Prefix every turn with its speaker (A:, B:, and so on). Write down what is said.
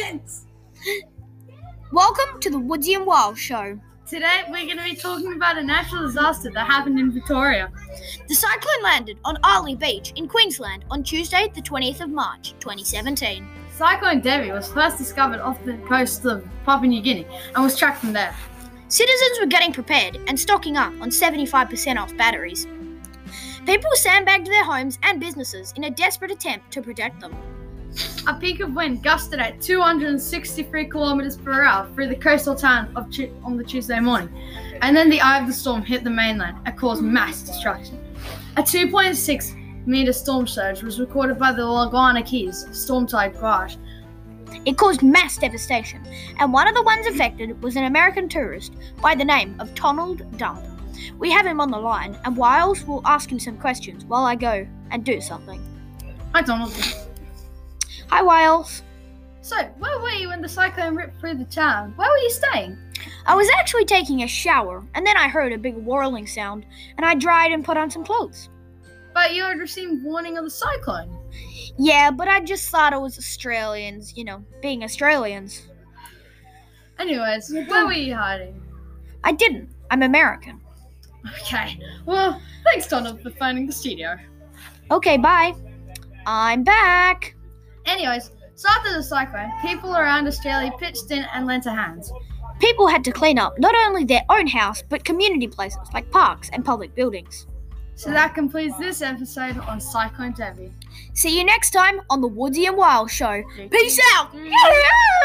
A: sense.
B: Welcome to the Woodsy and Wild Show.
A: Today we're going to be talking about a natural disaster that happened in Victoria.
B: The cyclone landed on Arley Beach in Queensland on Tuesday, the 20th of March, 2017.
A: Cyclone Debbie was first discovered off the coast of Papua New Guinea and was tracked from there.
B: Citizens were getting prepared and stocking up on 75% off batteries. People sandbagged their homes and businesses in a desperate attempt to protect them.
A: A peak of wind gusted at 263 kilometers per hour through the coastal town of Tu- on the Tuesday morning, and then the eye of the storm hit the mainland and caused mass destruction. A 2.6 meter storm surge was recorded by the Laguna Keys storm tide barrage.
B: It caused mass devastation, and one of the ones affected was an American tourist by the name of Donald Dump. We have him on the line, and Wiles will ask him some questions while I go and do something.
A: Hi, Donald.
B: Hi, Wiles.
A: So, where were you when the cyclone ripped through the town? Where were you staying?
B: I was actually taking a shower, and then I heard a big whirling sound, and I dried and put on some clothes.
A: But you had received warning of the cyclone.
B: Yeah, but I just thought it was Australians, you know, being Australians.
A: Anyways, where were you hiding?
B: I didn't. I'm American.
A: Okay. Well, thanks, Donald, for phoning the studio.
B: Okay, bye. I'm back.
A: Anyways, so after the cyclone, people around Australia pitched in and lent a hand.
B: People had to clean up not only their own house, but community places like parks and public buildings.
A: So that completes this episode on Cyclone Debbie.
B: See you next time on the Woody and Wild Show. Peace out!
A: Three, two,